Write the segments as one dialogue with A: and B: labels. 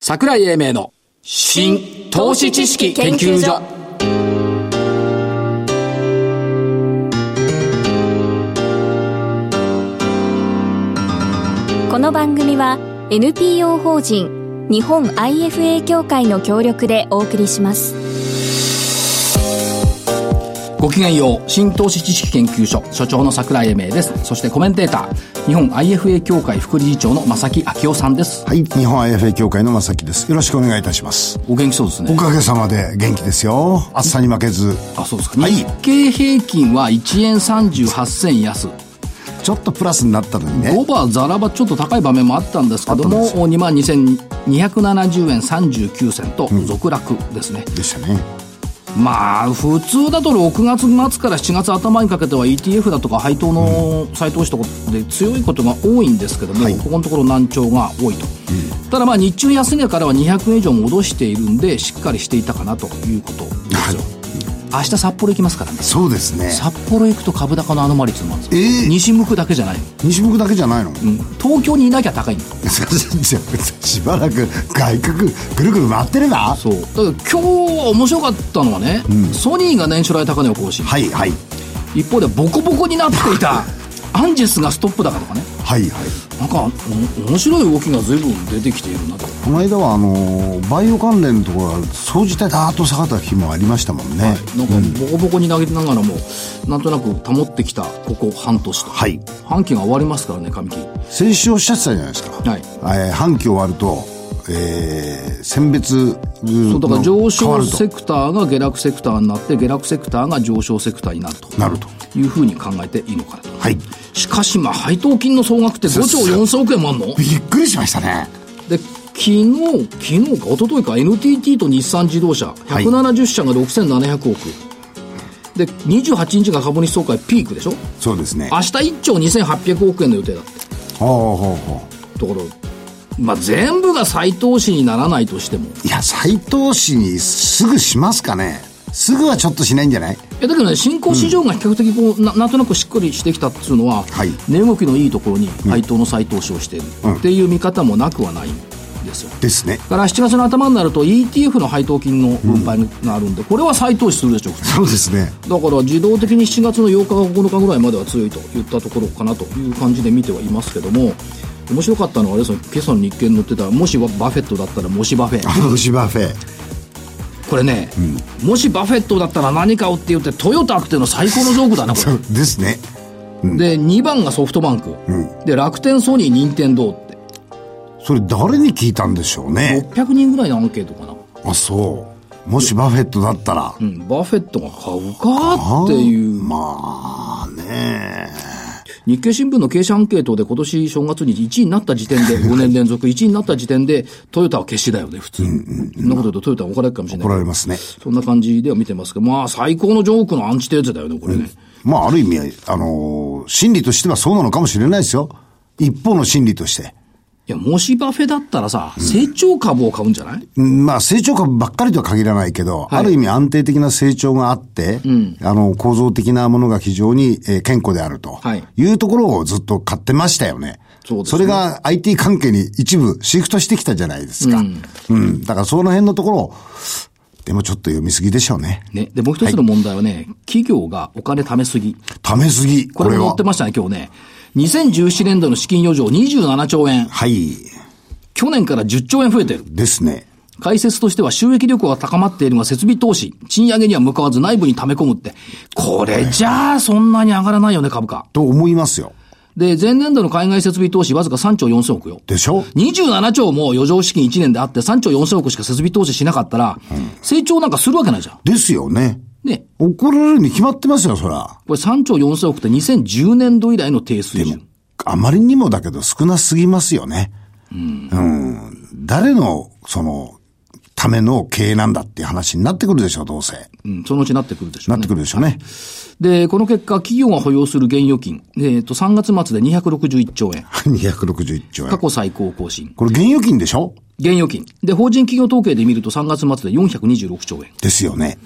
A: 桜井英明の新投資知識研究所
B: この番組は NPO 法人日本 IFA 協会の協力でお送りします
A: ごきげんよう新投資知識研究所所長の桜井英明ですそしてコメンテーター日本 IFA 協会副理事長の正木昭夫さんです
C: はい。日本 IFA 協会の正木です。よろしくお願いいたします。
A: お元気そうです
C: お
A: ね
C: かげさまで元気ですよ。暑さに負けず。
A: あそうですか、
C: はい
A: 日経平均は1円38銭安
C: ちょっとプラスになったのにね。
A: 5番ザラバちょっと高い場面もあったんですけど
C: あ
A: も
C: った
A: 2万2270円39銭と続落ですね、
C: でしたね。
A: まあ普通だと6月末から7月頭にかけては ETF だとか配当の再投資とかで強いことが多いんですけども、
C: はい
A: ここのところ難聴が多いと、ただまあ日中安値からは200円以上戻しているんでしっかりしていたかなということですよ、明日札幌行きますからね
C: そうですね。
A: 札幌行くと株高のアノマリっていうのもあるんですよ、
C: えー
A: 西向くだけじゃない、
C: 西向くだけじゃないの、
A: うん東京にいなきゃ高いんだ
C: しばらく外角ぐるぐる回ってれば
A: そうだから今日面白かったのはね、ソニーが年初来高値を更新
C: はいはい。
A: 一方でボコボコになってい たアンジェスがストップ高とかね
C: はいはい。
A: なんかお面白い動きが随分出てきているなと
C: この間はあの、バイオ関連のところが総じてダーッと下がった日もありましたもんね。はい。
A: なんかボコボコに投げながらもなんとなく保ってきたここ半年と、半期が終わりますからね上期
C: 先週おっしゃってたじゃないですか。
A: はい
C: えー、半期終わると、えー、選別
A: そ
C: そう
A: だから上
C: 変わ
A: 昇
C: ると
A: セクターが下落セクターになって下落セクターが上昇セクターになると
C: なると
A: いうふうに考えていいのかなと、
C: はい
A: しかしまあ配当金の総額って5兆4000億円もあんの
C: びっくりしましたね
A: で昨日昨日か一昨日か NTT と日産自動車
C: い
A: 170社が6700億、で28日が株主総会ピークでしょ
C: そうですね
A: 明日1兆2800億円の予定だって
C: ほうほうほ
A: ところまあ全部が再投資にならないとしても
C: ういや再投資にすぐしますかねすぐはちょっとしないんじゃない
A: いやだけどね新興市場が比較的こう、ななんとなくしっかりしてきたっていうのは、
C: はい
A: 値動きのいいところに配当の再投資をしているっていう見方もなくはないんですよ、
C: ですね
A: だから7月の頭になると ETF の配当金の分配があるんで、これは再投資するでしょう
C: そうですね
A: だから自動的に7月の8日か9日ぐらいまでは強いといったところかなという感じで見てはいますけども面白かったのはあれですよ今朝の日経に載ってたもしバフェットだったらもしバフェ
C: あの牛バフェ
A: これね、もしバフェットだったら何買うって言ってトヨタっていうの最高のジョークだなこ
C: そうですね
A: れで2番がソフトバンク、で楽天ソニー任天堂って
C: それ誰に聞いたんでしょうね
A: 600人ぐらいのアンケートかな、
C: あそうもしバフェットだったら
A: うん、バフェットが買うかっていう
C: まあね
A: 日経新聞の経営者アンケートで今年正月に1位になった時点で、5年連続1位になった時点で、トヨタは決死だよね、普通。そんなこと言うとトヨタは怒られるかもしれ
C: 怒
A: な
C: ら
A: い。
C: れますね
A: そんな感じでは見てますけど、まあ最高のジョークのアンチテーゼだよね、これね。
C: まあある意味あの心理としてはそうなのかもしれないですよ一方の心理として
A: いや、もしバフェだったらさ、成長株を買うんじゃない
C: うんまあ成長株ばっかりとは限らないけど、ある意味安定的な成長があって、あの構造的なものが非常に、えー健康であると、
A: はい
C: い、うところをずっと買ってましたよね。
A: そうですね
C: れが IT 関係に一部シフトしてきたじゃないですか。うん。だからその辺のところを、でもちょっと読みすぎでしょうね。
A: ね。で、もう一つの問題はね、企業がお金貯めすぎ。
C: ためすぎ、
A: こ
C: こ
A: れ
C: れ
A: も載
C: は。
A: ってましたね、今日ね。2017年度の資金余剰27兆円。
C: はい。
A: 去年から10兆円増えてる。
C: ですね。
A: 解説としては収益力は高まっているが設備投資、賃上げには向かわず内部に溜め込むって。これじゃあそんなに上がらないよね、株価。
C: と思いますよ。
A: で、前年度の海外設備投資わずか3兆4千億よ。
C: でしょ
A: 27兆も余剰資金1年であって3兆4千億しか設備投資しなかったら、成長なんかするわけないじゃん。
C: ですよね。
A: ね。
C: 怒られるに決まってますよ、そら。
A: これ3兆4千億って2010年度以来の低水準。
C: あまりにもだけど少なすぎますよね。うん。誰の、その、ための経営なんだっていう話になってくるでしょう、どうせ。
A: うん、そのうちなってくるでしょ
C: な
A: う
C: っ
A: ね
C: て。くるでしょうね。
A: で、この結果、企業が保有する現預金、えっ、と、3月末で261兆円。
C: 261兆
A: 過
C: 円。
A: 去最高更新。
C: これ、現預金でしょ
A: 現預金。で、法人企業統計で見ると3月末で426兆円。
C: ですよね。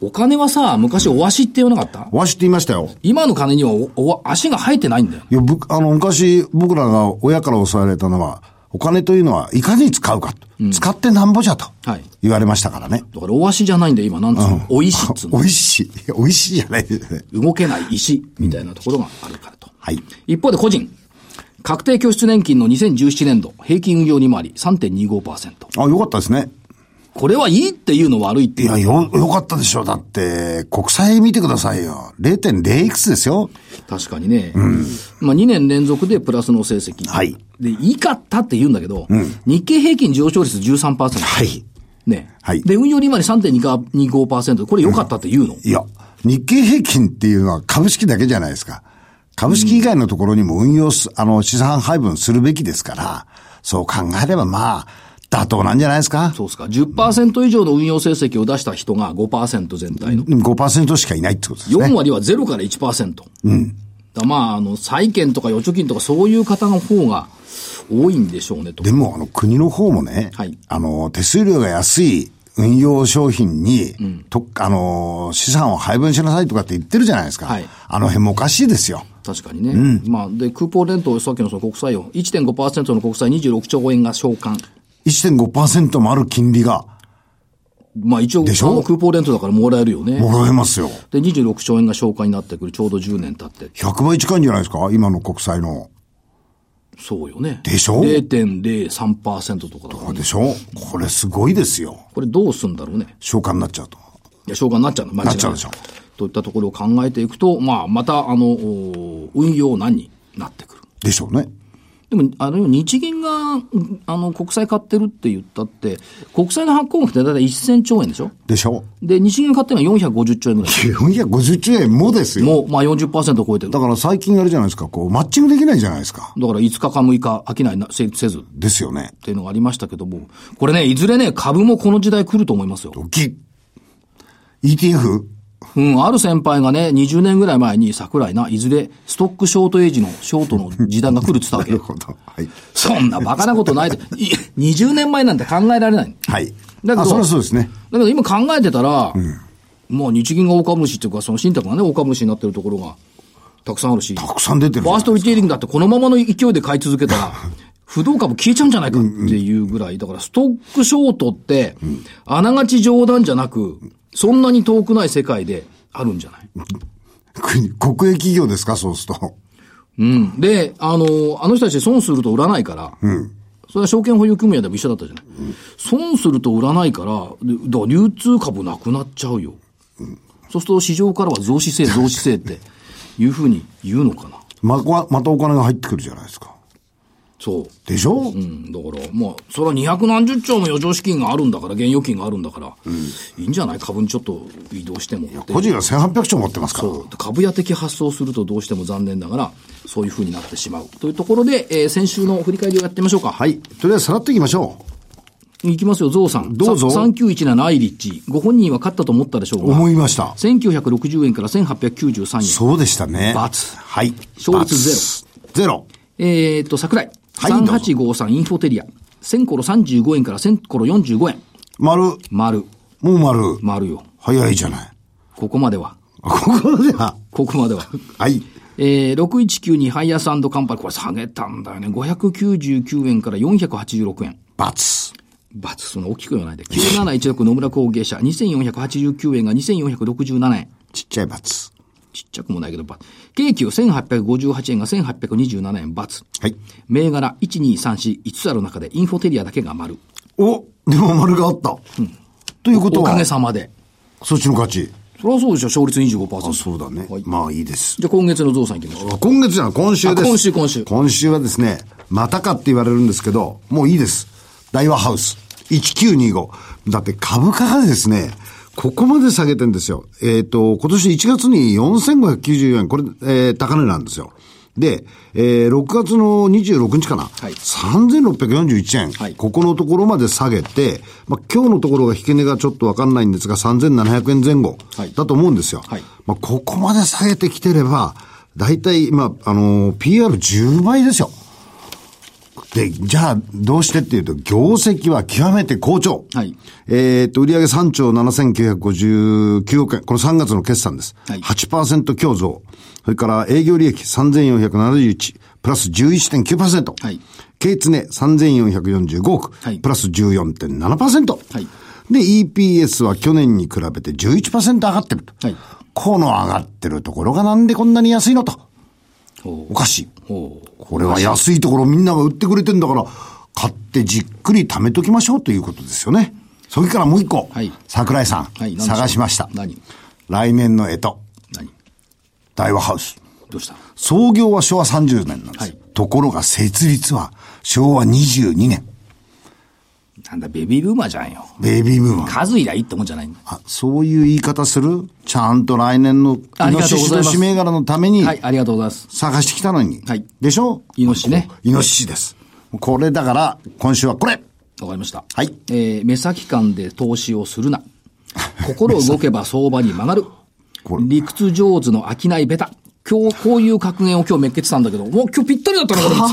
A: お金はさ、昔お足って言わなかった、
C: わしって言いましたよ。
A: 今の金にはおお足が生えてないんだよ。
C: いや、ぶ、あの、昔、僕らが親から教われたのは、お金というのはいかに使うかと。使ってなんぼじゃと
A: はい。
C: 言われましたからね。
A: だから、お足じゃないんで、今、なんつうの、お石っつう
C: 美
A: の。
C: 味しい。美味しいじゃないですね。
A: 動けない石、みたいなところがあるからと。
C: はい。
A: 一方で個人。確定拠出年金の2017年度、平均運用利回り3.25%。
C: あ、よかったですね。
A: これはいいっていうの悪いって
C: い
A: いう。
C: や、よ、よかったでしょ。だって、国債見てくださいよ。0.0いくつですよ。
A: 確かにね。まあ2年連続でプラスの成績。
C: はい
A: で、いいかったって言うんだけど、日経平均上昇率13%。
C: はい。
A: ね。
C: はい
A: で、運用利回り3.25%。これ良かったって言うの、
C: いや、日経平均っていうのは株式だけじゃないですか。株式以外のところにも運用す、あの、資産配分するべきですから、そう考えればまあ、妥当なんじゃないですか。
A: そうですか。10%以上の運用成績を出した人が5%全体の。
C: でも5%しかいないってことですね。
A: 4割は0から1%。うん。だまあ、あの、債券とか預貯金とかそういう方の方が多いんでしょうねと。
C: でも、あの、国の方もね、
A: はい
C: あの、手数料が安い運用商品に、とあの、資産を配分しなさいとかって言ってるじゃないですか。
A: はい
C: あの辺もおかしいですよ。
A: 確かにね。まあ、で、クーポン連投、さっきのその国債を、1.5%の国債26兆円が償還。
C: 1.5%もある金利が、
A: まあ一応、
C: でしょ
A: あのクーポンレントだからもらえるよね。
C: もらえますよ。
A: で、26兆円が消化になってくる。ちょうど10年経って。
C: 100倍近いんじゃないですか今の国債の。
A: そうよね。
C: でしょ
A: ?0.03% とかだからね
C: でしょこれすごいですよ。
A: これどうすんだろうね。
C: 消化になっちゃうと。
A: いや、消化になっちゃうの。間違い
C: なっちゃうでしょ
A: といったところを考えていくと、まあ、また、あの、お運用難になってくる。
C: でしょうね。
A: でも、あの、日銀が、うんあの、国債買ってるって言ったって、国債の発行額ってだいたい1000兆円でしょ
C: でしょ
A: で、日銀が買ってるのは450兆円ぐらい。
C: ?450 兆円もですよ。
A: もう、まあ40%超えてる。
C: だ
A: だ
C: から最近あれじゃないですか。こう、マッチングできないじゃないですか。
A: から5日か6日、飽きないなせせずっ
C: ですよね。
A: ていうのがありましたけども、これね、いずれね、株もこの時代来ると思いますよ。
C: 大きい。ETF?
A: うん、ある先輩がね、20年ぐらい前に桜井な、いずれストックショートエイジのショートの時代が来るって言ったわ
C: な
A: け。
C: るほど。はい。
A: そんなバカなこと ないで、い20年前なんて考えられない。
C: はい。
A: だけど
C: あ、そりゃそうですね。
A: だけど今考えてたら、もう日銀が大株主っていうか、その信託がね、大株主になってるところがたくさんあるし、フ
C: たくさん出てるじ
A: ァ
C: ゃ
A: ー
C: ない
A: ストリテイリングだってこのままの勢いで買い 続けたら、不動株消えちゃうんじゃないかっていうぐらい、だからストックショートって、あながち冗談じゃなく、そんなに遠くない世界であるんじゃない
C: 国、国営企業ですかそうすると。
A: うん。で、あの、あの人たち損すると売らないから、それは証券保有組合でも一緒だったじゃない。損すると売らないから、でだから流通株なくなっちゃうよ。そうすると市場からは増資 性、増資性っていうふうに言うのかな。
C: まこは、またお金が入ってくるじゃないですか。
A: そう。
C: でしょ、
A: うん、だから、まあ、それは二百何十兆も余剰資金があるんだから、現預金があるんだから、いいんじゃない株にちょっと移動してもって。
C: 個人が1800兆持ってますから。
A: そう株屋的発想をするとどうしても残念ながら、そういうふうになってしまう。というところで、えー先週の振り返りをやってみましょうか。はい
C: はい。とりあえずさらっていきましょ
A: いきますよ、ゾウさん。
C: どうぞ
A: さ3917アイリッチ。ご本人は勝ったと思ったでしょ
C: う。
A: うが。
C: 思いました。
A: 1960円から1893円。
C: そうでしたね。
A: 罰
C: はい。
A: 勝率
C: 罰ゼロ。
A: えーっと、桜井。
C: はい
A: 3853インフォテリア。1000コロ35円から1000コロ45円。
C: 丸。
A: 丸。
C: もう丸。
A: 丸よ。
C: 早いじゃない。
A: ここまでは。
C: あここでは。
A: ここま では。
C: はい。
A: えー、6192ハイヤーカンパニー。これ下げたんだよね。599円から486円。
C: 罰。
A: バツ、その大きく言わない で。9716野村工芸社。2489円が2467円。
C: ちっちゃい罰。
A: ちっちゃくもないけど、バツ。京急1858円が1827円、バツ。
C: はい。
A: 銘柄12345つある中でインフォテリアだけが丸。
C: おでも丸があった。ということ
A: お
C: は
A: かげ、さまで。
C: そっちの勝ち。
A: そりゃそうでしょ、勝率25%。
C: そうだね。
A: はい
C: まあいいです。
A: じゃあ今月の増産いきましょう。
C: 今月じゃない、今週です。
A: あ今週今週
C: 今週はですね、またかって言われるんですけど、もういいです。大和ハウス。1925。だって株価がですね、ここまで下げてんですよ。えっ、と、今年1月に4594円、これ、えー高値なんですよ。で、えー6月の26日かな。
A: はい
C: 3641円、
A: はい
C: ここのところまで下げて、まあ、今日のところが引け値がちょっとわかんないんですが、3700円前後
A: はい
C: だと思うんですよ。
A: はい
C: まあ、ここまで下げてきてれば、大体、まあ、あのー、PR10 倍ですよ。で、じゃあ、どうしてっていうと、業績は極めて好調。
A: はい
C: えーっと、売上3兆7959億円。これ3月の決算です。
A: はい
C: 8%強増。それから営業利益3471、プラス11.9%。
A: はい
C: 経常3445億、
A: はい
C: プラス14.7%。
A: はい
C: で、EPS は去年に比べて11%上がってると。
A: はい
C: この上がってるところがなんでこんなに安いのと。
A: ほ
C: おかしい。
A: う。ほう。
C: これは安いところみんなが売ってくれてんだから、買ってじっくり貯めときましょうということですよね。それからもう一個。
A: はい
C: 桜井さん。
A: はい何でしょう
C: 探しました。
A: 何
C: 来年の干支。
A: 何
C: 大和ハウス。
A: どうした
C: 創業は昭和30年なんです。
A: はい
C: ところが設立は昭和22年。
A: なんだ、ベビーブーマーじゃんよ。
C: ベイビーブーム。
A: 数いりゃいいってもんじゃないんだ。
C: あ、そういう言い方するちゃんと来年の、
A: ありがとうございます
C: イノシシと銘柄のために、
A: はい、ありがとうございます。
C: 探してきたのに。
A: はい
C: でしょ
A: イノシシね
C: ここイノシシです。これだから、今週はこれ
A: わかりました。
C: はい
A: えー目先感で投資をするな。心動けば相場に曲がる
C: これ。
A: 理屈上手の商いベタ。今日、こういう格言を今日めっけてたんだけど、もう今日ぴったりだったな、これ
C: は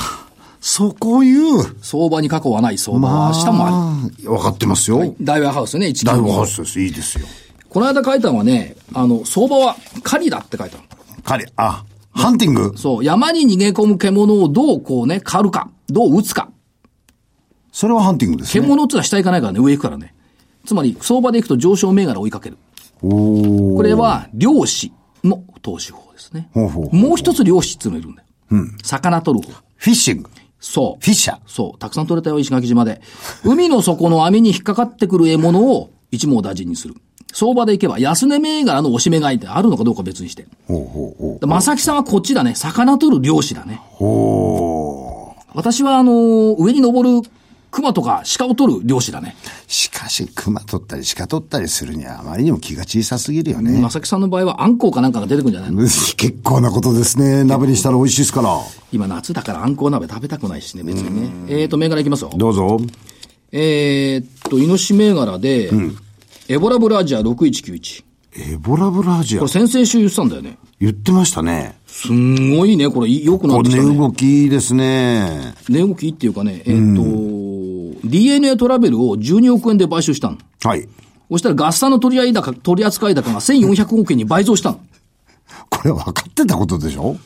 C: あ、そこ言う。
A: 相場に過去はない相場は明日もある。
C: あーわかってますよ。
A: ダイワハウスね、一
C: 大和ハウスです。いいですよ。
A: この間書いたのはね、あの、相場は狩りだって書いたの。
C: 彼、あ、ハンティング
A: そう、山に逃げ込む獣をどうこうね、狩るか、どう撃つか。
C: それはハンティングですね。
A: 獣っつうのは下行かないからね、上行くからね。つまり、相場で行くと上昇銘柄を追いかける。
C: おー
A: これは、漁師の投資法ですね。
C: ほうほうほう
A: もう一つ漁師っていうのいるんだよ。魚取る方。
C: フィッシング。
A: そう。
C: フィッシャー
A: そう。たくさん取れたよ、石垣島で。海の底の網に引っかかってくる獲物を一網打尽にする。相場で行けば安値銘柄のおしめ買いってあるのかどうか別にして。
C: ほうほうほう。
A: で正木さんはこっちだね。魚取る漁師だね。
C: ほう。
A: 私は、あのー上に登る熊とか鹿を取る漁師だね。
C: しかし、熊取ったり鹿取ったりするにはあまりにも気が小さすぎるよね。
A: 正木さんの場合はあんこうかなんかが出てくるんじゃないの
C: 結構なことですね。鍋にしたら美味しいですから。
A: 今夏だからあんこう鍋食べたくないしね、別にね。えーと、銘柄いきますよ。
C: どうぞ。
A: えーっと、イノシ銘柄で、エボラブラージア6191。
C: エボラブラージア
A: これ。先々週言ってたんだよね。
C: 言ってましたね。
A: すんごいね、これ、良くな
C: こ
A: ってき
C: れ
A: た
C: 値
A: ね。
C: 動きですね。
A: 値動きっていうかね、えーっと、DNA トラベルを12億円で買収したの。
C: はい。
A: そしたら合算の取り合い高、取り扱い高が1400億円に倍増したの。
C: これ分かってたことでしょ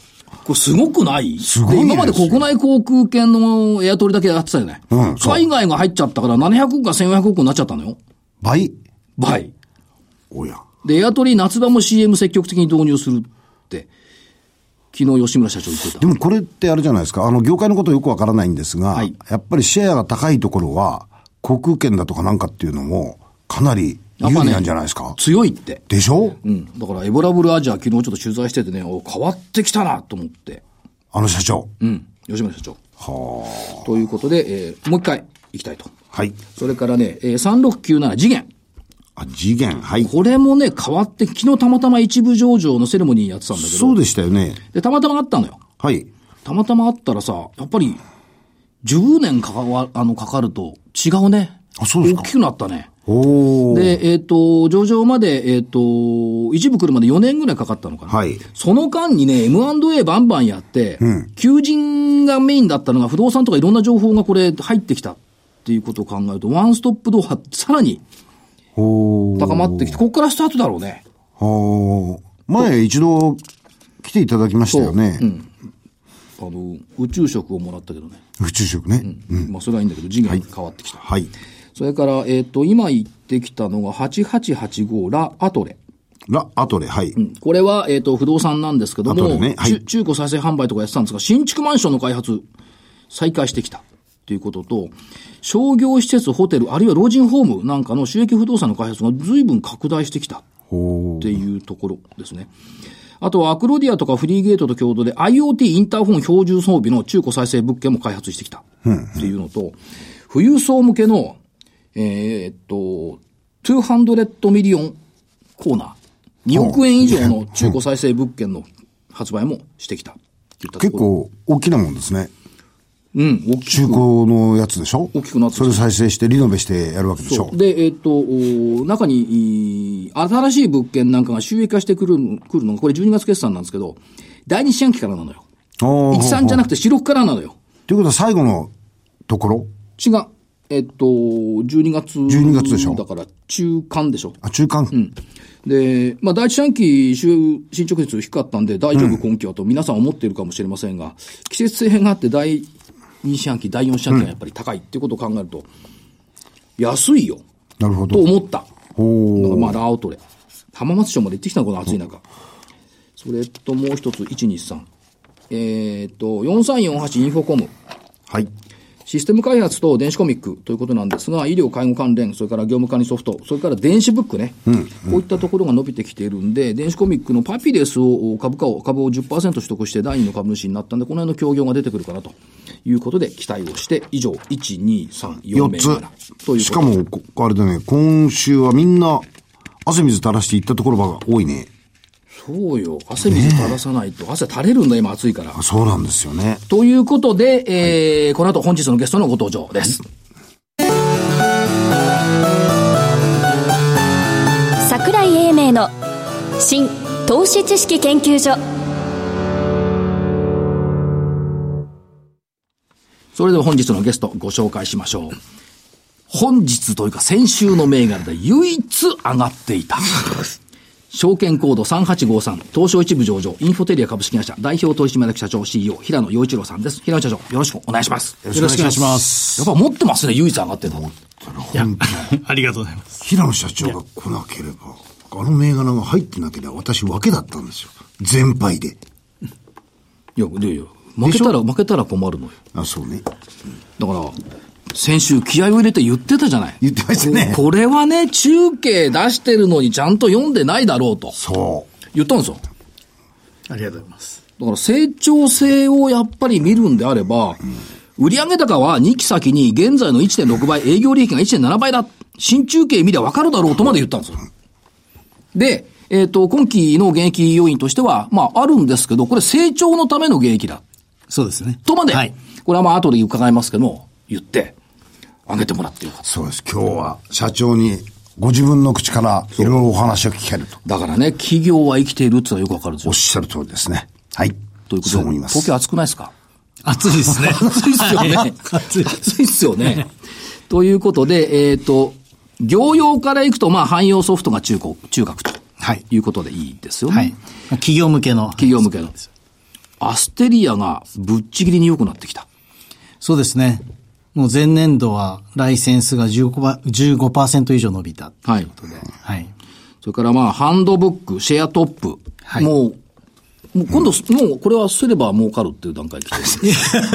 A: これすごくない
C: すごい
A: で
C: です
A: 今まで国内航空券のエアトリだけやってたじゃない、
C: うんそう
A: 海外が入っちゃったから700億が1400億になっちゃったのよ。
C: 倍
A: 倍。
C: おや。
A: で、エアトリ夏場も CM 積極的に導入するって、昨日吉村社長言ってた
C: で。もこれってあれじゃないですか。あの、業界のことよくわからないんですが、
A: はい
C: やっぱりシェアが高いところは、航空券だとかなんかっていうのも、かなり有利なんじゃないですか。
A: 強いって。
C: でしょ
A: うん。だからエボラブルアジア昨日ちょっと取材しててね、お変わってきたなと思って。
C: あの社長。
A: うん。吉村社長。
C: は
A: ということで、えーもう一回行きたいと。
C: あ。はい。
A: それからね、えー、3697次元。
C: あ、次元。はい。
A: これもね、変わって、昨日たまたま一部上場のセレモニーやってたんだけど。
C: そうでしたよね。
A: で、たまたまあったのよ。
C: はい。
A: たまたまあったらさ、やっぱり、10年かかわ、あの、かかると違うね。
C: あそうですか
A: 大きくなったね。
C: おー。
A: で、えっ、と、上場まで、えっ、と、一部来るまで4年ぐらいかかったのかな。
C: はい
A: その間にね、M&A バンバンやって、求人がメインだったのが、不動産とかいろんな情報がこれ入ってきたっていうことを考えると、ワンストップドアってさらに
C: おー。
A: 高まってきて、ここからスタートだろうね。
C: はあ。前一度来ていただきましたよね。
A: あの、宇宙食をもらったけどね。
C: 宇宙食ね。
A: まあ、それはいいんだけど、次元変わってきた。
C: はい。
A: それから、えっ、と、今言ってきたのが、8885ラ・アトレ。
C: ラ、アトレ、はい。
A: これは、えっ、と、不動産なんですけど
C: アト
A: も、
C: レねはい
A: 中中古再生販売とかやってたんですが、新築マンションの開発、再開してきた。ということと、商業施設、ホテル、あるいは老人ホームなんかの収益不動産の開発が随分拡大してきた。
C: ほ
A: っ
C: う。
A: ていうところですね。あとはアクロディアとかフリーゲートと共同で IoT インターフォン標準装備の中古再生物件も開発してきたっていうのと、富裕層向けの、えーっと、200ミリオンコーナー、2億円以上の中古再生物件の発売もしてきたっていったと
C: 結
A: ころ。
C: 構大きなもんですね。
A: うん、大き
C: 中
A: く。
C: 古のやつでしょ
A: 大きくなってき
C: そ
A: た
C: れ再生してリノベしてやるわけでしょ
A: で、えーっと、お中に、い新しい物件なんかが収益化してくる、くるのが、これ12月決算なんですけど、第二四半期からなのよ。
C: ああ。
A: 13じゃ
C: な
A: なくて4、6からなのよ。
C: ということは最後のところ
A: 違う。えっと、12月。
C: 12月でしょ
A: だから中間でしょ。
C: あ、中間。
A: で、まあ、第一四半期、週、進捗率低かったんで、大丈夫今期はと皆さん思っているかもしれませんが、季節性があって、第2四半期、第4四半期がやっぱり高いっていうことを考えると、安いよ。
C: なるほど
A: と思った。
C: ほう
A: だからまあ、ラアウトレ。浜松町まで行ってきたの、この暑い中。それともう一つ、123。えっ、と、4348インフォコム。
C: はい。
A: システム開発と電子コミックということなんですが、医療、介護関連、それから業務管理ソフト、それから電子ブックね、こういったところが伸びてきているんで、電子コミックのパピレスを株価を、株を10%取得して第2の株主になったんで、この辺の協業が出てくるかなということで、期待をして、以上、1、2、3、4
C: 4
A: 名から。ということ
C: つ。しかも、こあれだね、今週はみんな、汗水垂らしていったところばが多いね。
A: そうよ、汗水垂らさないと、汗垂れるんだ、今暑いから。
C: あそうなんですよね。
A: ということで、えーこの後本日のゲストのご登場です。
B: 桜井英明の新投資知識研究所
A: それでは本日のゲストご紹介しましょう。本日というか先週の銘柄で唯一上がっていた。証券コード3853、東証一部上場、インフォテリア株式会社、代表取締役社長 CEO、平野陽一郎さんです。平野社長、よろしくお願いします。
C: よろしくお願いします
A: やっぱ持ってますね、唯一上がってた。
C: 本当に
D: ありがとうございます。
C: 平野社長が来なければ、あの銘柄が入ってなければ私わけだったんですよ。全敗で。
A: いや、いやいや、負けたら、負けたら困るのよ。
C: あ、そうね。
A: だから、先週気合を入れて言ってたじゃない。
C: 言ってましたね。
A: これはね、中継出してるのにちゃんと読んでないだろうと
C: そ
A: 言ったんですよ。
D: ありがとうございます。
A: だから成長性をやっぱり見るんであれば、売上高は2期先に現在の1.6倍、営業利益が1.7倍だ。新中継見りゃ分かるだろうとまで言ったんですよ。で、えっ、と、今期の現役要因としては、まああるんですけど、これ成長のための現役だ。
D: そうですね。
A: とまで、
D: はい。
A: これはまあ後で伺いますけども、言って、上げてもらってよかっ
C: う。
A: た。
C: そうです。今日は社長にご自分の口からいろいろお話を聞けると。
A: だからね、企業は生きているってのはよくわかるんです
C: お
A: よ
C: っ。しゃる通りですね。はい。
A: ということで、
C: そう思います。
A: 東京暑くないですか
D: 暑いです ね。
A: 暑いっすよね。暑
D: 暑
A: い
D: い
A: っすよね。ということで、えっ、と、業用からいくと、まあ、汎用ソフトが中古、中核と。
D: はい
A: いうことでいいですよね。
D: はい。企業向けの。
A: 企業向けの。アステリアがぶっちぎりに良くなってきた。
D: そうですね。もう前年度はライセンスが15%ば15%以上伸びた。
A: はい。
D: はい。
A: それからまあ、ハンドブック、シェアトップ。
D: はい
A: もう、もう今度、もうこれはすれば儲かるっていう段階に来てる。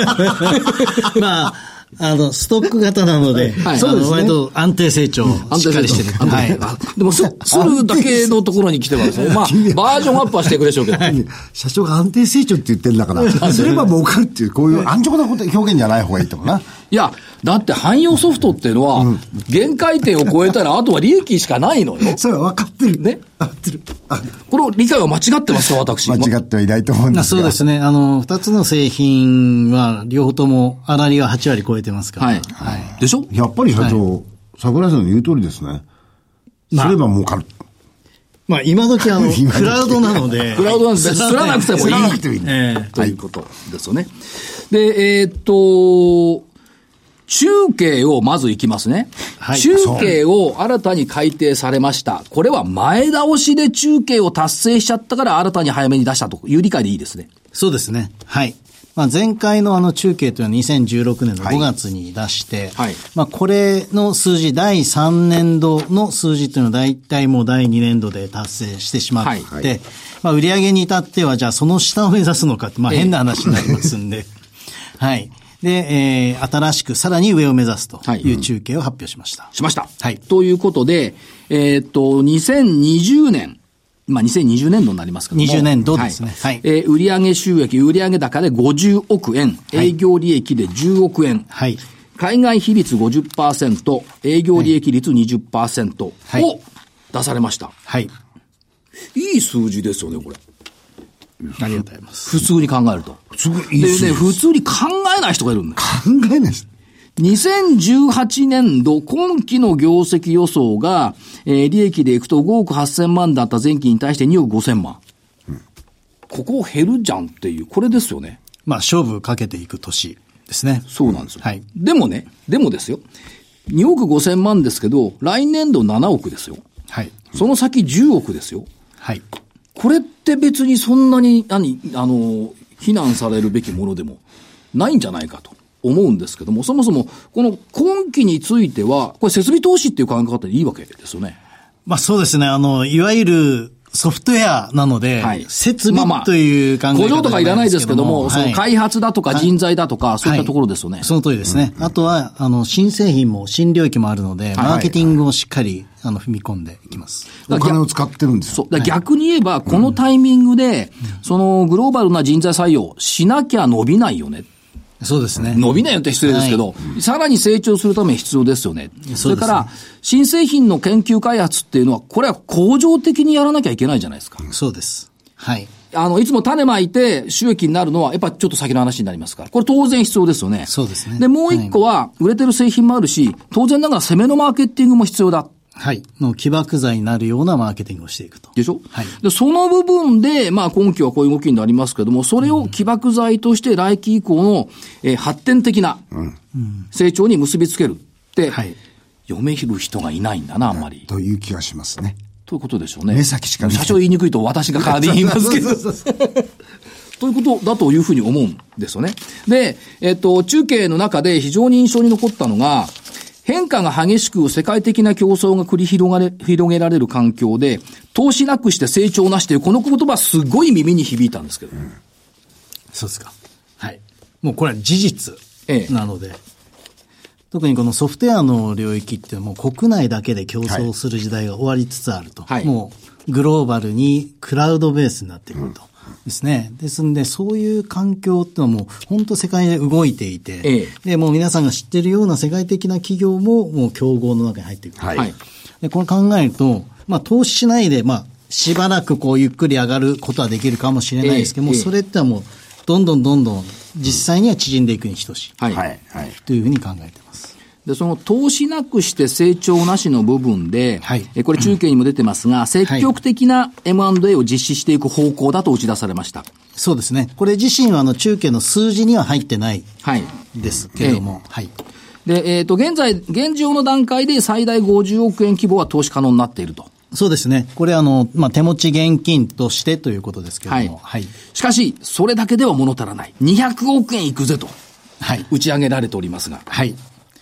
D: まあ、あの、ストック型なので、
A: はい
D: そう
A: そう
D: ですね。
A: で
D: 割
A: すね
D: と安定成長、 しっかりしてる。
A: 安定
D: は
A: 成
D: い
A: 長。あでも、す、するだけのところに来てます。 まあ、バージョンアップはしていくでしょうけど。
C: 社長が安定成長って言ってんだ から、すれば儲かるっていう、こういう安直なこと表現じゃない方がいいと思うな。
A: いや、だって汎用ソフトっていうのは、限界点を超え たら、あとは利益しかないのよ。
C: それは分かってる。
A: ね
C: 分かってる。あ
A: この理解は間違ってますか、私。
C: 間違ってはいないと思うんです
D: そ
C: が。
D: うですね。あの、二つの製品は、両方とも、粗利は8割超えてますから。
A: はい。でしょ
C: やっぱり社長、桜井さんの言う通りですね。す
D: まあ
C: れば儲かる。
D: まあ、 今時あの、
C: 今時
D: クラウドなので。
A: クラウドなんです。すらなくてもい
C: すらなく
A: い。
C: てもいい
D: ええ
A: ということですよね。で、えーっと、中継をまずいきますね。
D: はい
A: 中継を新たに改定されました。これは前倒しで中継を達成しちゃったから新たに早めに出したという理解でいいですね。
D: そうですね。はい。まあ、前回のあの中継というのは2016年の5月に出して、
A: はい
D: まあ、これの数字、第3年度の数字というのは大体もう第2年度で達成してしまって、
A: はいは
D: まあ、売上に至ってはじゃあその下を目指すのかって、まあ、
A: ええ
D: 変な話になりますんで、 はい。で、えー、新しくさらに上を目指すと
A: はい
D: いう中継を発表しました。
A: しました。
D: はい
A: ということで、えーっと、2020年、まあ、2020年度になりますけども。
D: 20年度ですねはい
A: えー売上収益、売上高で50億円、
D: い
A: 営業利益で10億円。
D: はい。
A: 海外比率50%、営業利益率20%を
D: はい
A: 出されました。
D: はい。
A: いい数字ですよね、これ。
D: ありがとうございます。
A: 普通に考えると。
C: すごいいい
A: で
C: です
A: ね、
C: ね。
A: 普通に考えない人がいるんだよ
C: 考えないです。
A: 2018年度今期の業績予想が、えー利益でいくと5億8000万だった前期に対して2億5000万。ここ減るじゃんっていう、これですよね。
D: まあ、勝負かけていく年ですね。
A: そうなんですよ。
D: はい。
A: でもね、でもですよ。2億5000万ですけど、来年度7億ですよ。
D: はい。
A: その先10億ですよ。
D: はい。
A: これって別にそんなに、何、あの、非難されるべきものでもないんじゃないかと。思うんですけども、そもそも、この今期については、これ設備投資っていう考え方でいいわけですよね。
D: まあそうですね、あの、いわゆるソフトウェアなので、
A: はい
D: 設備
A: まあまあ
D: という考え方
A: 工場とかいらないですけども、
D: じ
A: そ
D: ゃない
A: の
D: ですけどもはい
A: 開発だとか人材だとか、そういったところですよね。
D: その通りですね。あとは、あの、新製品も新領域もあるので、マーケティングをしっかり、あの、踏み込んでいきます。
C: お金を使ってるんです
A: そ
C: よ。
A: う。だから逆に言えば、このタイミングで、そのグローバルな人材採用しなきゃ伸びないよね。
D: そうですね。
A: 伸びないよって失礼ですけど、さらに成長するために必要ですよね。それから、新製品の研究開発っていうのは、これは恒常的にやらなきゃいけないじゃないですか。
D: そうです。はい。
A: あの、いつも種まいて収益になるのは、やっぱちょっと先の話になりますから、これ当然必要ですよね。
D: そうですね
A: で、もう一個は、売れてる製品もあるし、当然ながら攻めのマーケティングも必要だ。
D: はい。の起爆剤になるようなマーケティングをしていくと。
A: でしょ、
D: はい
A: で、その部分で、まあ今期はこういう動きになりますけども、それを起爆剤として来期以降の、えー発展的な成長に結びつけるって、
D: はい
A: 読める人がいないんだな、あんまり。
C: という気がしますね。
A: ということでしょうね。
C: 目先しか見てない
A: 社長言いにくいと私が代わりに言いますけ ど。ということだというふうに思うんですよね。で、えっと、中継の中で非常に印象に残ったのが、変化が激しく世界的な競争が繰り広がれ、広げられる環境で、投資なくして成長なしという、この言葉すごい耳に響いたんですけど。
D: そうですか。はい。もうこれは事実
A: ええ
D: なので、特にこのソフトウェアの領域ってもう国内だけで競争する時代が終わりつつあると。
A: はい
D: もうグローバルにクラウドベースになってくると。ですね。ですんで、そういう環境ってのはもう本当世界で動いていて、
A: ええ
D: で、もう皆さんが知ってるような世界的な企業ももう競合の中に入ってくる。
C: はい
A: はい。
D: で、これ考えると、まあ、投資しないで、まあ、しばらくこう、ゆっくり上がることはできるかもしれないですけども、
A: ええええ
D: それってはもう、どんどんどんどん、実際には縮んでいくに等しい。
A: はい。
C: はい。はい。
D: というふうに考えてます。
A: で、その投資なくして成長なしの部分で、
D: はい
A: えこれ中継にも出てますが、積極的な M&A を実施していく方向だと打ち出されました。
D: そうですね。これ自身は、あの、中継の数字には入ってない
A: はい。
D: ですけれども、はい。
A: で、えっ、と、現在、現状の段階で最大50億円規模は投資可能になっていると。
D: そうですね。これ、あの、まあ、手持ち現金としてということですけ
A: は
D: れ
A: い
D: ども、。はい。
A: しかし、それだけでは物足らない。200億円いくぜと、
D: はい。
A: 打ち上げられておりますが、
D: はい。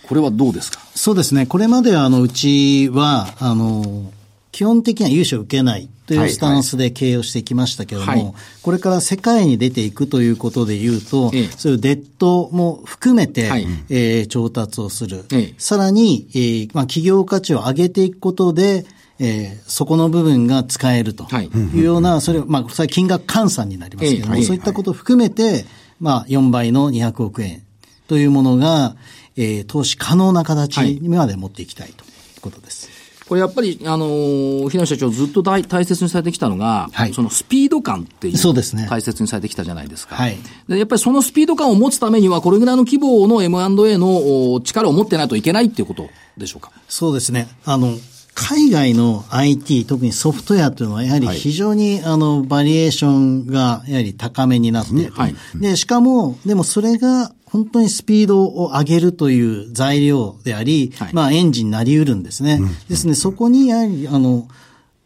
A: これはどうですか
D: そうですね。これまでは、あの、うちは、あの、基本的には融資を受けないというスタンスで経営をしてきましたけれども、
A: はい
D: これから世界に出ていくということで言うと、
A: ええ
D: そういうデッドも含めて、
A: はい
D: えー調達をする。
A: ええ
D: さらに、えーまあ、企業価値を上げていくことで、えーそこの部分が使えると
A: はい
D: いうような、それを、まあ、それは金額換算になりますけれども、
A: ええはい
D: そういったことを含めて、まあ、4倍の200億円というものが、えー投資可能な形にまで持っていきたいということです。
A: これやっぱり、あのー、日野社長ずっと大大切にされてきたのが、
D: はい
A: そのスピード感っていう。
D: そうですね
A: 大切にされてきたじゃないですか。
D: はい
A: で、やっぱりそのスピード感を持つためには、これぐらいの規模の M&A のお力を持ってないといけないっていうことでしょうか。
D: そうですね。あの、海外の IT、特にソフトウェアというのは、やはり非常に、あの、バリエーションが、やはり高めになっていると、
A: はい
D: で、しかも、でもそれが、本当にスピードを上げるという材料であり、
A: はい
D: まあ、エンジンになり得るんですね。ですね、そこに、やはり、あの、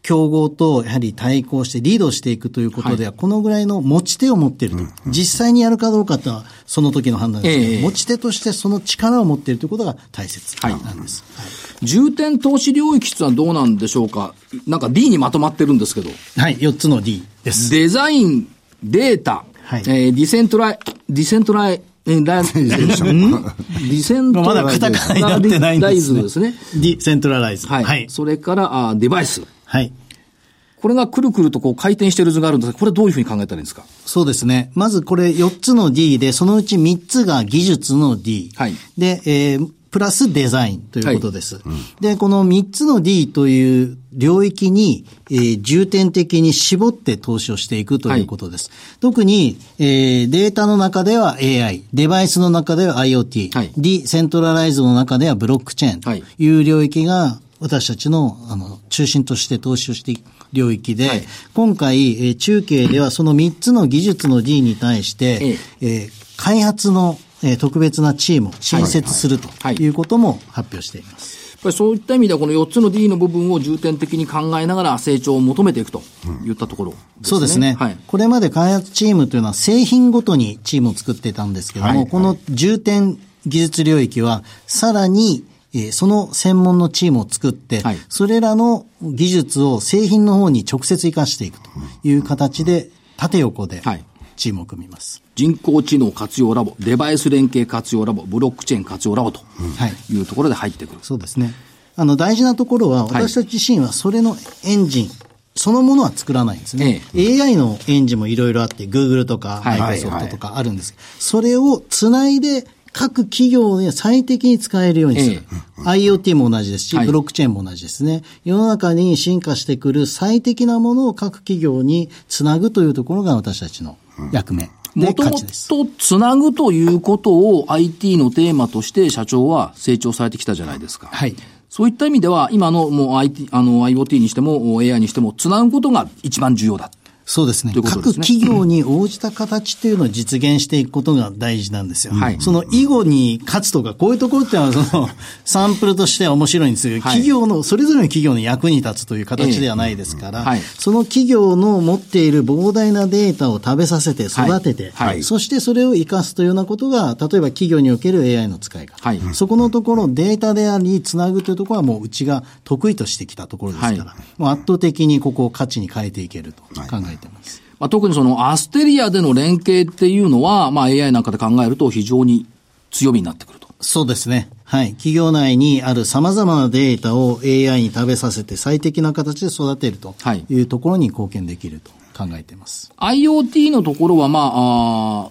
D: 競合とやはり対抗してリードしていくということでは、このぐらいの持ち手を持っていると。実際にやるかどうかというのは、その時の判断ですけど、
A: ええ
D: 持ち手としてその力を持っているということが大切なんです。
A: 重点投資領域っていうのはどうなんでしょうかなんか D にまとまってるんですけど。
D: はい、4つの D です。
A: デザイン、データ、
D: はい
A: えーディセントライ、ディセントライ、えーライディセント
D: ま
A: ライ
D: だカタカナになってないん
A: ラ
D: で
A: イ
D: す
A: ズ
D: ね。
A: ですね。
D: D、セントラライズ。
A: は。
D: はいい。はい。
A: それから、あーデバイス。これがくるくるとこう回転してる図があるんですが、これどういうふうに考えたらいいんですか
D: そうですね。まずこれ4つの D で、そのうち3つが技術の D。
A: はい
D: で、えープラスデザインということです。で、この3つの D という領域に、えー重点的に絞って投資をしていくということです。特に、えーデータの中では AI、デバイスの中では IoT、
A: はい
D: ディセントラライズの中ではブロックチェーンと
A: はい
D: いう領域が、私たちの、あの、中心として投資をしていく領域で、
A: はい
D: 今回、えー中継ではその3つの技術の D に対して、
A: え
D: えー開発の、えー特別なチームを新設すると
A: はい
D: いうことも発表しています。
A: ぱりそういった意味では、この4つの D の部分を重点的に考えながら成長を求めていくといったところですね。
D: そうですね、
A: はい。
D: これまで開発チームというのは製品ごとにチームを作っていたんですけども、
C: はいはい
D: この重点技術領域は、さらに、えーその専門のチームを作って、
A: はい
D: それらの技術を製品の方に直接活かしていくという形で、縦横で
A: はい
D: チームを組みます。
A: 人工知能活用ラボ、デバイス連携活用ラボ、ブロックチェーン活用ラボと
D: はい
A: いうところで入ってくる。
D: そうですね。あの、大事なところ
A: い
D: は、私たち自身はそれのエンジン、そのものは作らないんですね。
A: え
D: AI のエンジンもいろいろあって、Google とか
A: はい
D: Microsoft とかあるんですけど、それをつないで各企業に最適に使えるようにする
A: え。
D: IoT も同じですし、
A: はい
D: ブロックチェーンも同じですね。世の中に進化してくる最適なものを各企業につなぐというところが私たちの役目で
A: もと
D: 価
A: も
D: 値です。
A: とつなぐということを IT のテーマとして社長は成長されてきたじゃないですか。
D: はい
A: そういった意味では、今のもう IT、あの IoT にしても AI にしても、つなぐことが一番重要だ。
D: そうですね。
A: ということで
D: 各
A: すね
D: 企業に応じた形というのを実現していくことが大事なんですよ。
A: はい
D: その囲碁に勝つとか、こういうところっていうのは、その、サンプルとしては面白いんですけ
A: はい
D: ど、企業の、それぞれの企業の役に立つという形ではないですから、
A: ええはい
D: その企業の持っている膨大なデータを食べさせて、育てて、
A: はいはい
D: そしてそれを活かすというようなことが、例えば企業における AI の使い方。
A: はい
D: そこのところ、データであり、つなぐというところはもううちが得意としてきたところですから、
A: はい
D: もう圧倒的にここを価値に変えていけると考えてます。
A: まあ、特にそのアステリアでの連携っていうのは、まあ、AI なんかで考えると非常に強みになってくると。
D: そうですね。はい。企業内にある様々なデータを AI に食べさせて最適な形で育てると
A: はい
D: いうところに貢献できると考えています。
A: IoT のところは、まあ、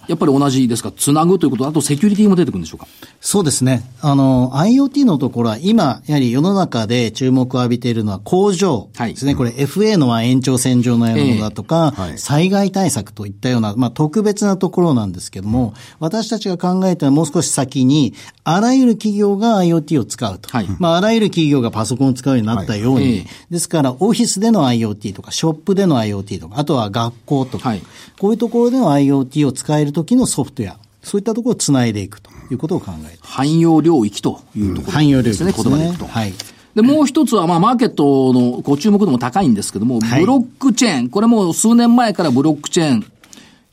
A: あーやっぱり同じですか、つなぐということ、あとセキュリティも出てくるんでしょうか。
D: そうですね。あの、IoT のところは今、やはり世の中で注目を浴びているのは工場ですね。これ FA のは延長線上のようなものだとか、
C: ええはい
D: 災害対策といったような、まあ特別なところなんですけども、私たちが考えたもう少し先に、あらゆる企業が IoT を使うと。
A: はい
D: まああらゆる企業がパソコンを使うようになったよう
A: は
D: に、
A: いええ
D: ですからオフィスでの IoT とか、ショップでの IoT とか、あとは学校とか、
A: はい
D: こういうところでの IoT を使える時のソフトウェア、そういったところをつないでいくということを考えて
A: 汎用領域というところ
D: 汎用領域
A: で
D: です
A: す
D: ね
A: ね、言葉でいくと。
D: はい
A: で、もう一つは、まあ、マーケットのご注目度も高いんですけども、
D: はい
A: ブロックチェーン、これもう数年前からブロックチェーン、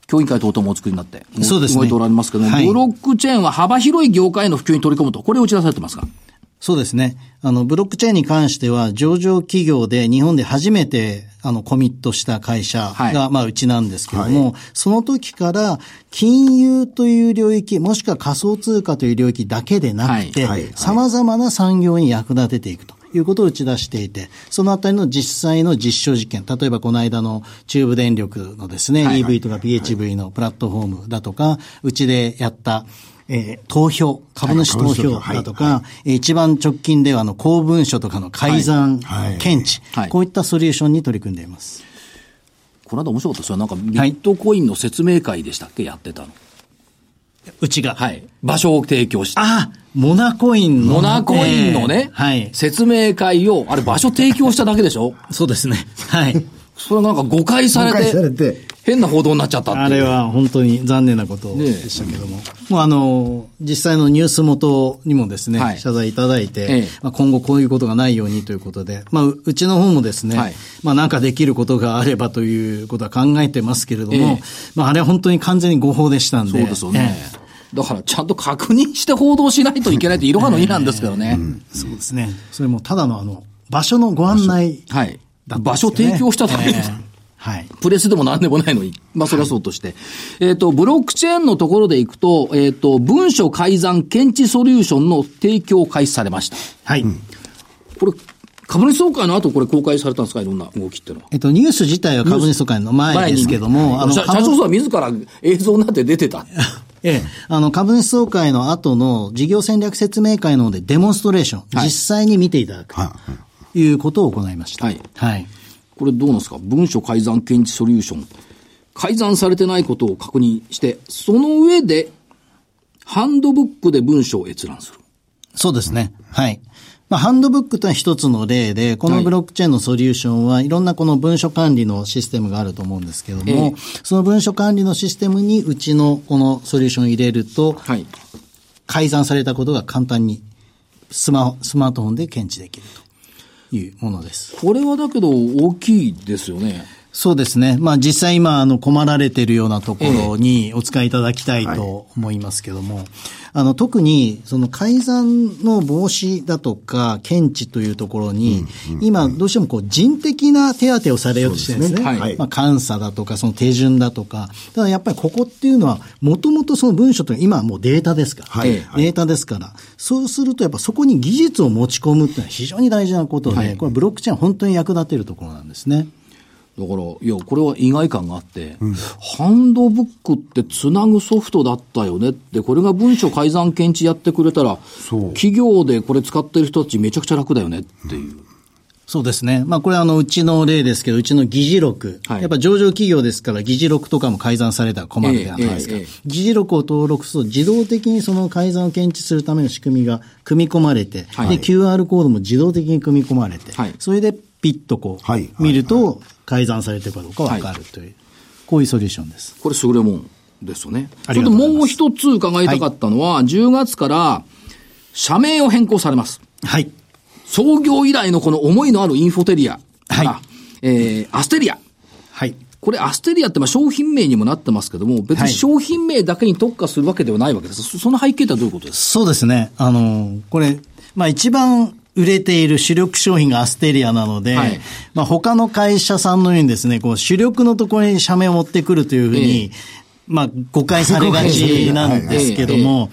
A: 協議会等々もお作りになって、
D: そうですね
A: 動いておられますけども、
D: はい
A: ブロックチェーンは幅広い業界への普及に取り込むと、これを打ち出されてますが。
D: そうですね。あの、ブロックチェーンに関しては、上場企業で日本で初めて、あの、コミットした会社が、
A: はい
D: まあ、うちなんですけども、その時から、金融という領域、もしくは仮想通貨という領域だけでなくて、
C: はいはいはい
D: 様々な産業に役立てていくと。いうことを打ち出していて、そのあたりの実際の実証実験、例えばこの間の中部電力のですね、EV とか PHV のプラットフォームだとか、うちでやった、えー投票、株主投票だとか、えー一番直近ではあの公文書とかの改ざん、
C: はい
D: 検知、
A: はい
D: こういったソリューションに取り組んでいます。
A: この間面白かったですよ。なんか、ビットコインの説明会でしたっけ、やってたの。
D: うちが。
A: はい。場所を提供して。
D: あ、モナコインの。
A: モナコインのね、
D: えーはい。
A: 説明会を、あれ場所提供しただけでしょ
D: そうですね。はい。
A: それなんか誤解され
C: 誤解
A: て、
C: されて
A: 変な報道になっちゃったっていう。
D: あれは本当に残念なことでしたけども。もうあの、実際のニュース元にもですね、
A: はい
D: 謝罪いただいて、
A: ええ
D: まあ、今後こういうことがないようにということで、まあ、ううちの方もですね、
A: はい
D: まあなんかできることがあればということは考えてますけれども、
A: ええ
D: まああれは本当に完全に誤報でしたんで。
A: そうですよね
D: ええ。
A: だから、ちゃんと確認して報道しないといけないって、色がのいいなんですけどね。
D: そうですね。それもただのあの、場所のご案内だったん
A: は
D: です
A: い
D: よ、ね。
A: 場所提供しただけ
D: ええはい。
A: プレスでも何でもないのに。まあ、それはそうとして。えっ、と、ブロックチェーンのところでいくと、えっ、と、文書改ざん検知ソリューションの提供を開始されました。
D: はい。
A: これ、株主総会の後、これ公開されたんですかいろんな動きっていうのは。
D: えっと、ニュース自体は株主総会の前ですけども、
A: 前に社社長
D: 株
A: さんは自ら映像になって出てた。
D: ええ、あの、株主総会の後の事業戦略説明会の方でデモンストレーション、
A: はい
D: 実際に見ていただく
C: は
D: ということを行いました。
A: はい
D: はい。
A: これどうなんですか文書改ざん検知ソリューション。改ざんされてないことを確認して、その上で、ハンドブックで文書を閲覧する。
D: そうですね。はい。まあ、ハンドブックというのは一つの例で、このブロックチェーンのソリューションはいろんなこの文書管理のシステムがあると思うんですけども、
A: ええ
D: その文書管理のシステムにうちのこのソリューションを入れると、
A: はい。
D: 改ざんされたことが簡単にスマスマートフォンで検知できるというものです。
A: これはだけど大きいですよね。
D: そうですね。まあ実際今、あの、困られているようなところにお使いいただきたいと思いますけども、ええはい、あの、特に、その改ざんの防止だとか、検知というところに、うんうん、今、どうしてもこう、人的な手当をされようとしてるんですね。すねはい、まあ、監査だとか、その手順だとか、ただやっぱりここっていうのは、もともとその文書というのは今はもうデータですから、はい、データですから、そうするとやっぱそこに技術を持ち込むっていうのは非常に大事なことで、これブロックチェーン本当に役立てるところなんですね。
A: だから、いや、これは意外感があって、うん、ハンドブックってつなぐソフトだったよねって、これが文書改ざん検知やってくれたら、企業でこれ使ってる人たちめちゃくちゃ楽だよねっていう。うん、
D: そうですね。まあ、これあの、うちの例ですけど、うちの議事録。はい、やっぱ上場企業ですから、議事録とかも改ざんされたら困るじゃないですか。えーえーえー、議事録を登録すると、自動的にその改ざんを検知するための仕組みが組み込まれて、はい、で、QR コードも自動的に組み込まれて、はい、それでピッとこう、はい、見ると、改ざんされてるかどうかわかるという、はい、こういうソリューションです。
A: これ優れもんですよね。ちょっともう一つ伺いたかったのは、はい、10月から社名を変更されます。
D: はい。
A: 創業以来のこの思いのあるインフォテリアから、はい、えー、アステリア。
D: はい。
A: これ、アステリアってまあ商品名にもなってますけども、別に商品名だけに特化するわけではないわけです。その背景とはどういうことです
D: そうですね。あの、これ、まあ一番売れている主力商品がアステリアなので、はい、まあ他の会社さんのようにですね、こう主力のところに社名を持ってくるというふうに、えー、まあ誤解されがちなんですけども、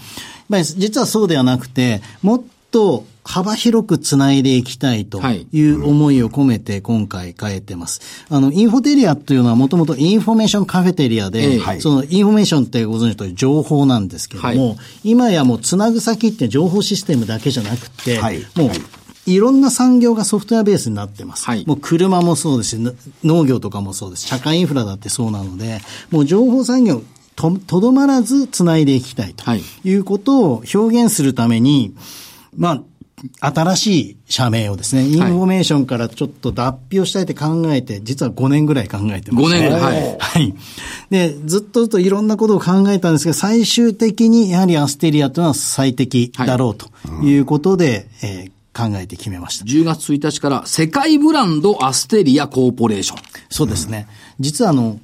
D: まあ実はそうではなくて、もっと幅広くつないでいきたいという思いを込めて今回変えてます。あの、インフォテリアというのはもともとインフォメーションカフェテリアで、えー、そのインフォメーションってご存知という情報なんですけども、はい、今やもうつなぐ先って情報システムだけじゃなくて、はい、もういろんな産業がソフトウェアベースになってます。はい、もう車もそうですし、農業とかもそうです。社会インフラだってそうなので、もう情報産業と、とどまらず繋いでいきたいということを表現するために、まあ、新しい社名をですね、インフォメーションからちょっと脱皮をしたいって考えて、実は5年ぐらい考えてま
A: した。5年ぐらい。
D: はい。で、ずっとずっといろんなことを考えたんですが、最終的にやはりアステリアというのは最適だろうということで、はいうん、えー考えて決めました。
A: 10月1日から世界ブランドアステリアコーポレーション。
D: そうですね。うん、実はあの、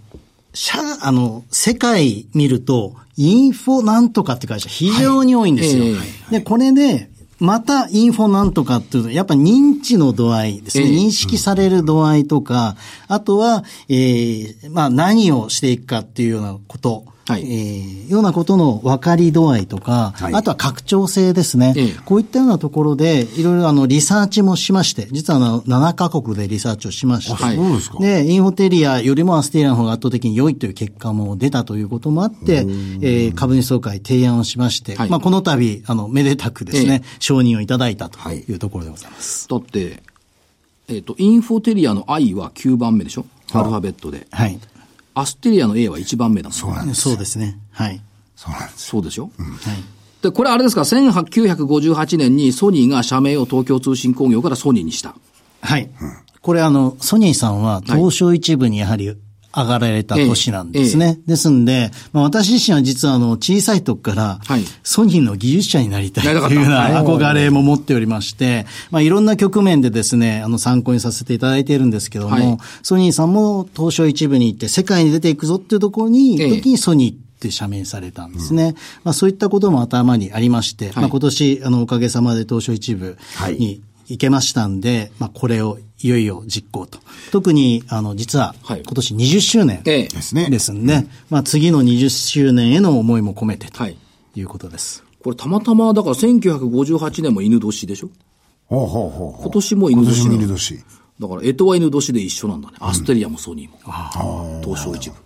D: 社、あの、世界見ると、インフォなんとかって会社非常に多いんですよ。はいえー、で、これで、またインフォなんとかっていうのは、やっぱ認知の度合いですね。えー、認識される度合いとか、あとは、えー、まあ何をしていくかっていうようなこと。はい、えー、ようなことの分かり度合いとか、はい、あとは拡張性ですね、えー、こういったようなところで、いろいろあのリサーチもしまして、実はあの7カ国でリサーチをしまして、はい、でインホテリアよりもアステリアの方が圧倒的に良いという結果も出たということもあって、えー、株主総会提案をしまして、はい、まあ、この度、あの、めでたくですね、えー、承認をいただいたというところでございます。
A: だって、えっ、ー、と、インフォテリアの I は9番目でしょアルファベットで。
D: はい。
A: アステリアの A は1番目だもん
D: そうなんです。そうですね。はい。
C: そうなんです。
A: そうでしょ、うん、はい。で、これあれですか、1958年にソニーが社名を東京通信工業からソニーにした。、
D: はい。うん、これあの、ソニーさんは東証一部にやはり、上がられた年なんですね。えええ、ですんで、まあ、私自身は実はあの小さい時から、ソニーの技術者になりたいというような 憧れも持っておりまして、まあ、いろんな局面でですね、あの参考にさせていただいているんですけども、はい、ソニーさんも東証一部に行って世界に出ていくぞっていうところに、時にソニーって社名されたんですね。うん、まあ、そういったことも頭にありまして、はい、まあ、今年、あの、おかげさまで東証一部に、はいいけましたんで、まあ、これをいよいよ実行と。特に、あの、実は、今年20周年ですね。ですんで、はいええ、まあ、次の20周年への思いも込めてということです。はい
A: これ、たまたま、だから1958年も犬年でしょ
C: ほうほうほ
A: う今年も犬年。
C: 今年も犬年。
A: だから、えとは犬年で一緒なんだね。アステリアもソニーも。うん、東証一部。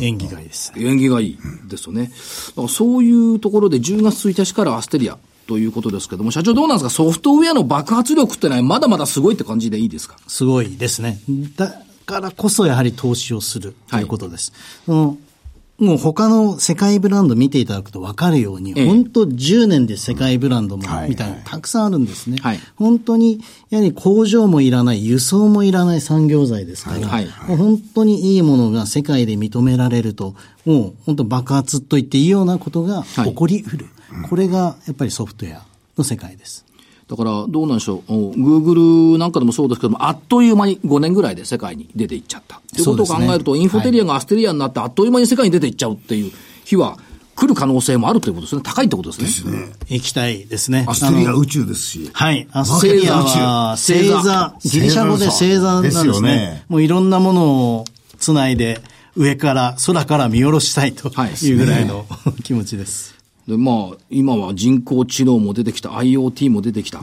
D: 縁起がいいです、
A: ね。縁起がいいですよね。だからそういうところで10月1日からアステリア、ということですけども、社長どうなんですかソフトウェアの爆発力ってのはまだまだすごいって感じでいいですか
D: すごいですね。だからこそやはり投資をするということです。はい、もう他の世界ブランド見ていただくと分かるように、ええ、本当10年で世界ブランドも、みたいな、たくさんあるんですね。はい、本当に、やはり工場もいらない、輸送もいらない産業材ですから、はいはい、本当にいいものが世界で認められると、もう本当爆発と言っていいようなことが起こりうる。これがやっぱりソフトウェアの世界です。
A: だからどうなんでしょう、グーグルなんかでもそうですけども、あっという間に5年ぐらいで世界に出ていっちゃったということを考えると、
D: そうですね
A: インフォテリアがアステリアになって、あっという間に世界に出ていっちゃうっていう日は来る可能性もあるということですね、高いってことですね。
D: 行きたいですね。
C: アステリ
D: あ
C: ア
D: の
C: 宇宙ですし。
D: はい。アステリアは、
A: 星
D: 星
A: 座
D: 座、
C: 星座
D: ギリシャ語で星座なんですね。
C: ですよね
D: もういろんなものをつないで、上から、空から見下ろしたいと
A: はい
D: いうぐらいの気持ちです。
A: でまあ、今は人工知能も出てきた、IoT も出てきた。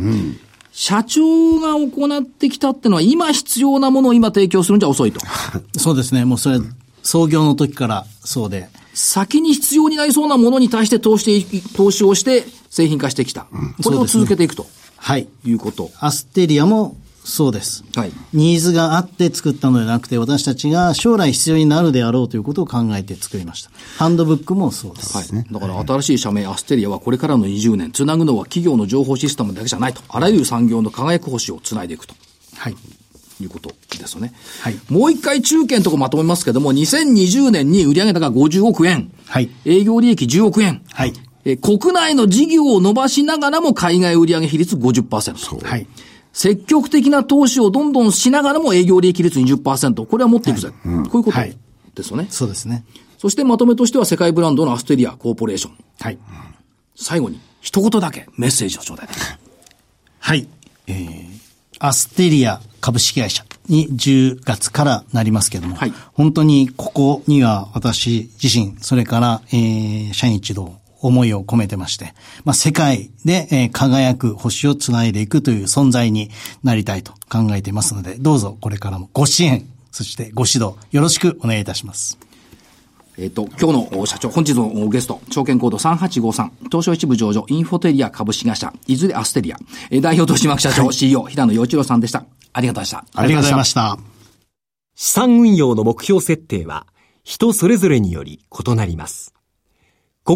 A: 社長が行ってきたってのは、今必要なものを今提供するんじゃ遅いと。
D: そうですね。もうそれ、創業の時からそうで。
A: 先に必要になりそうなものに対して投資でい投資をして製品化してきた。これを続けていくと
D: はい。
A: いうこと。
D: アステリアもそうです。
A: はい
D: ニーズがあって作ったのではなくて、私たちが将来必要になるであろうということを考えて作りました。ハンドブックもそうです。
A: はい。だから新しい社名アステリアはこれからの20年、つなぐのは企業の情報システムだけじゃないと。あらゆる産業の輝く星をつないでいくと。
D: はい。
A: いうことですよね。
D: はい
A: もう一回中堅のとこまとめますけども、2020年に売上高50億円。
D: はい
A: 営業利益10億円。
D: はい。
A: えー国内の事業を伸ばしながらも海外売上比率50%。
D: はい。
A: 積極的な投資をどんどんしながらも営業利益率20%。これは持っていくぜ。こういうこと
D: はい
A: ですよね。
D: そうですね。
A: そしてまとめとしては世界ブランドのアステリアコーポレーション。
D: はい。
A: 最後に一言だけメッセージを頂戴
D: はい。えー、アステリア株式会社に10月からなりますけども、
A: はい
D: 本当にここには私自身、それから、えー、社員一同、思いを込めてまして、まあ、世界で、えー輝く星をつないでいくという存在になりたいと考えていますので、どうぞこれからもご支援、そしてご指導よろしくお願いいたします。
A: えっ、と、今日のお社長、本日のおゲスト、証券コード3853、東証一部上場、インフォテリア株式会社、いずれアステリア、えー代表取締役社長、CEO、平野陽一郎さんでした。ありがとうございました。
D: ありがとうございました。
E: 資産運用の目標設定は人それぞれにより異なります。個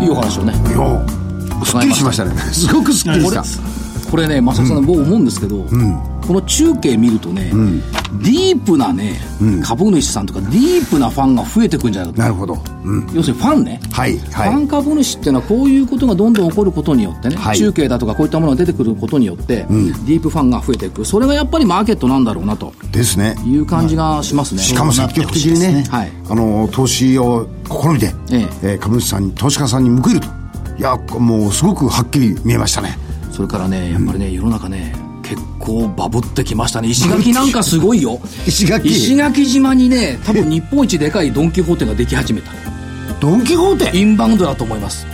A: いいお話をね
C: いやすっきりしましたね。すごくすっきりした。
A: これね正木さん、僕思うんですけど、この中継見るとね、ディープなね、株主さんとかディープなファンが増えてくんじゃないか
C: な
A: と
C: るほど。うん。
A: 要するにファンね、
C: はい、
A: ファ
C: は
A: ン株主っていうのはこういうことがどんどん起こることによってね、
C: はい
A: 中継だとかこういったものが出てくることによって、ディープファンが増えていくそれがやっぱりマーケットなんだろうなと
C: い。ですね。
A: いう感じがしますね、
C: しかも積極的にね、
A: そうなってほしいですね
C: あの投資を試みて、
A: え
C: えー株主さんに投資家さんに向けるといやもうすごくはっきり見えましたね
A: それからねやっぱりね、世の中ね結構バブってきましたね石垣なんかすごいよ
C: 石垣
A: 石垣島にね多分日本一でかいドン・キホーテができ始めた
C: ドン・キホーテ
A: インバウンドだと思います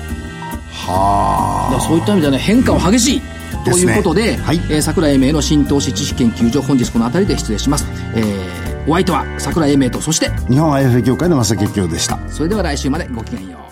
C: はあ
A: だからそういった意味ではね変化は激しい、と
C: です
A: い
C: ね
A: うことで
C: はい
A: えー桜井英明の新投資知識研究所本日この辺りで失礼します、えーお相手は桜井英明とそして
C: 日本 IFA 協会の正木清でした
A: それでは来週までごきげんよう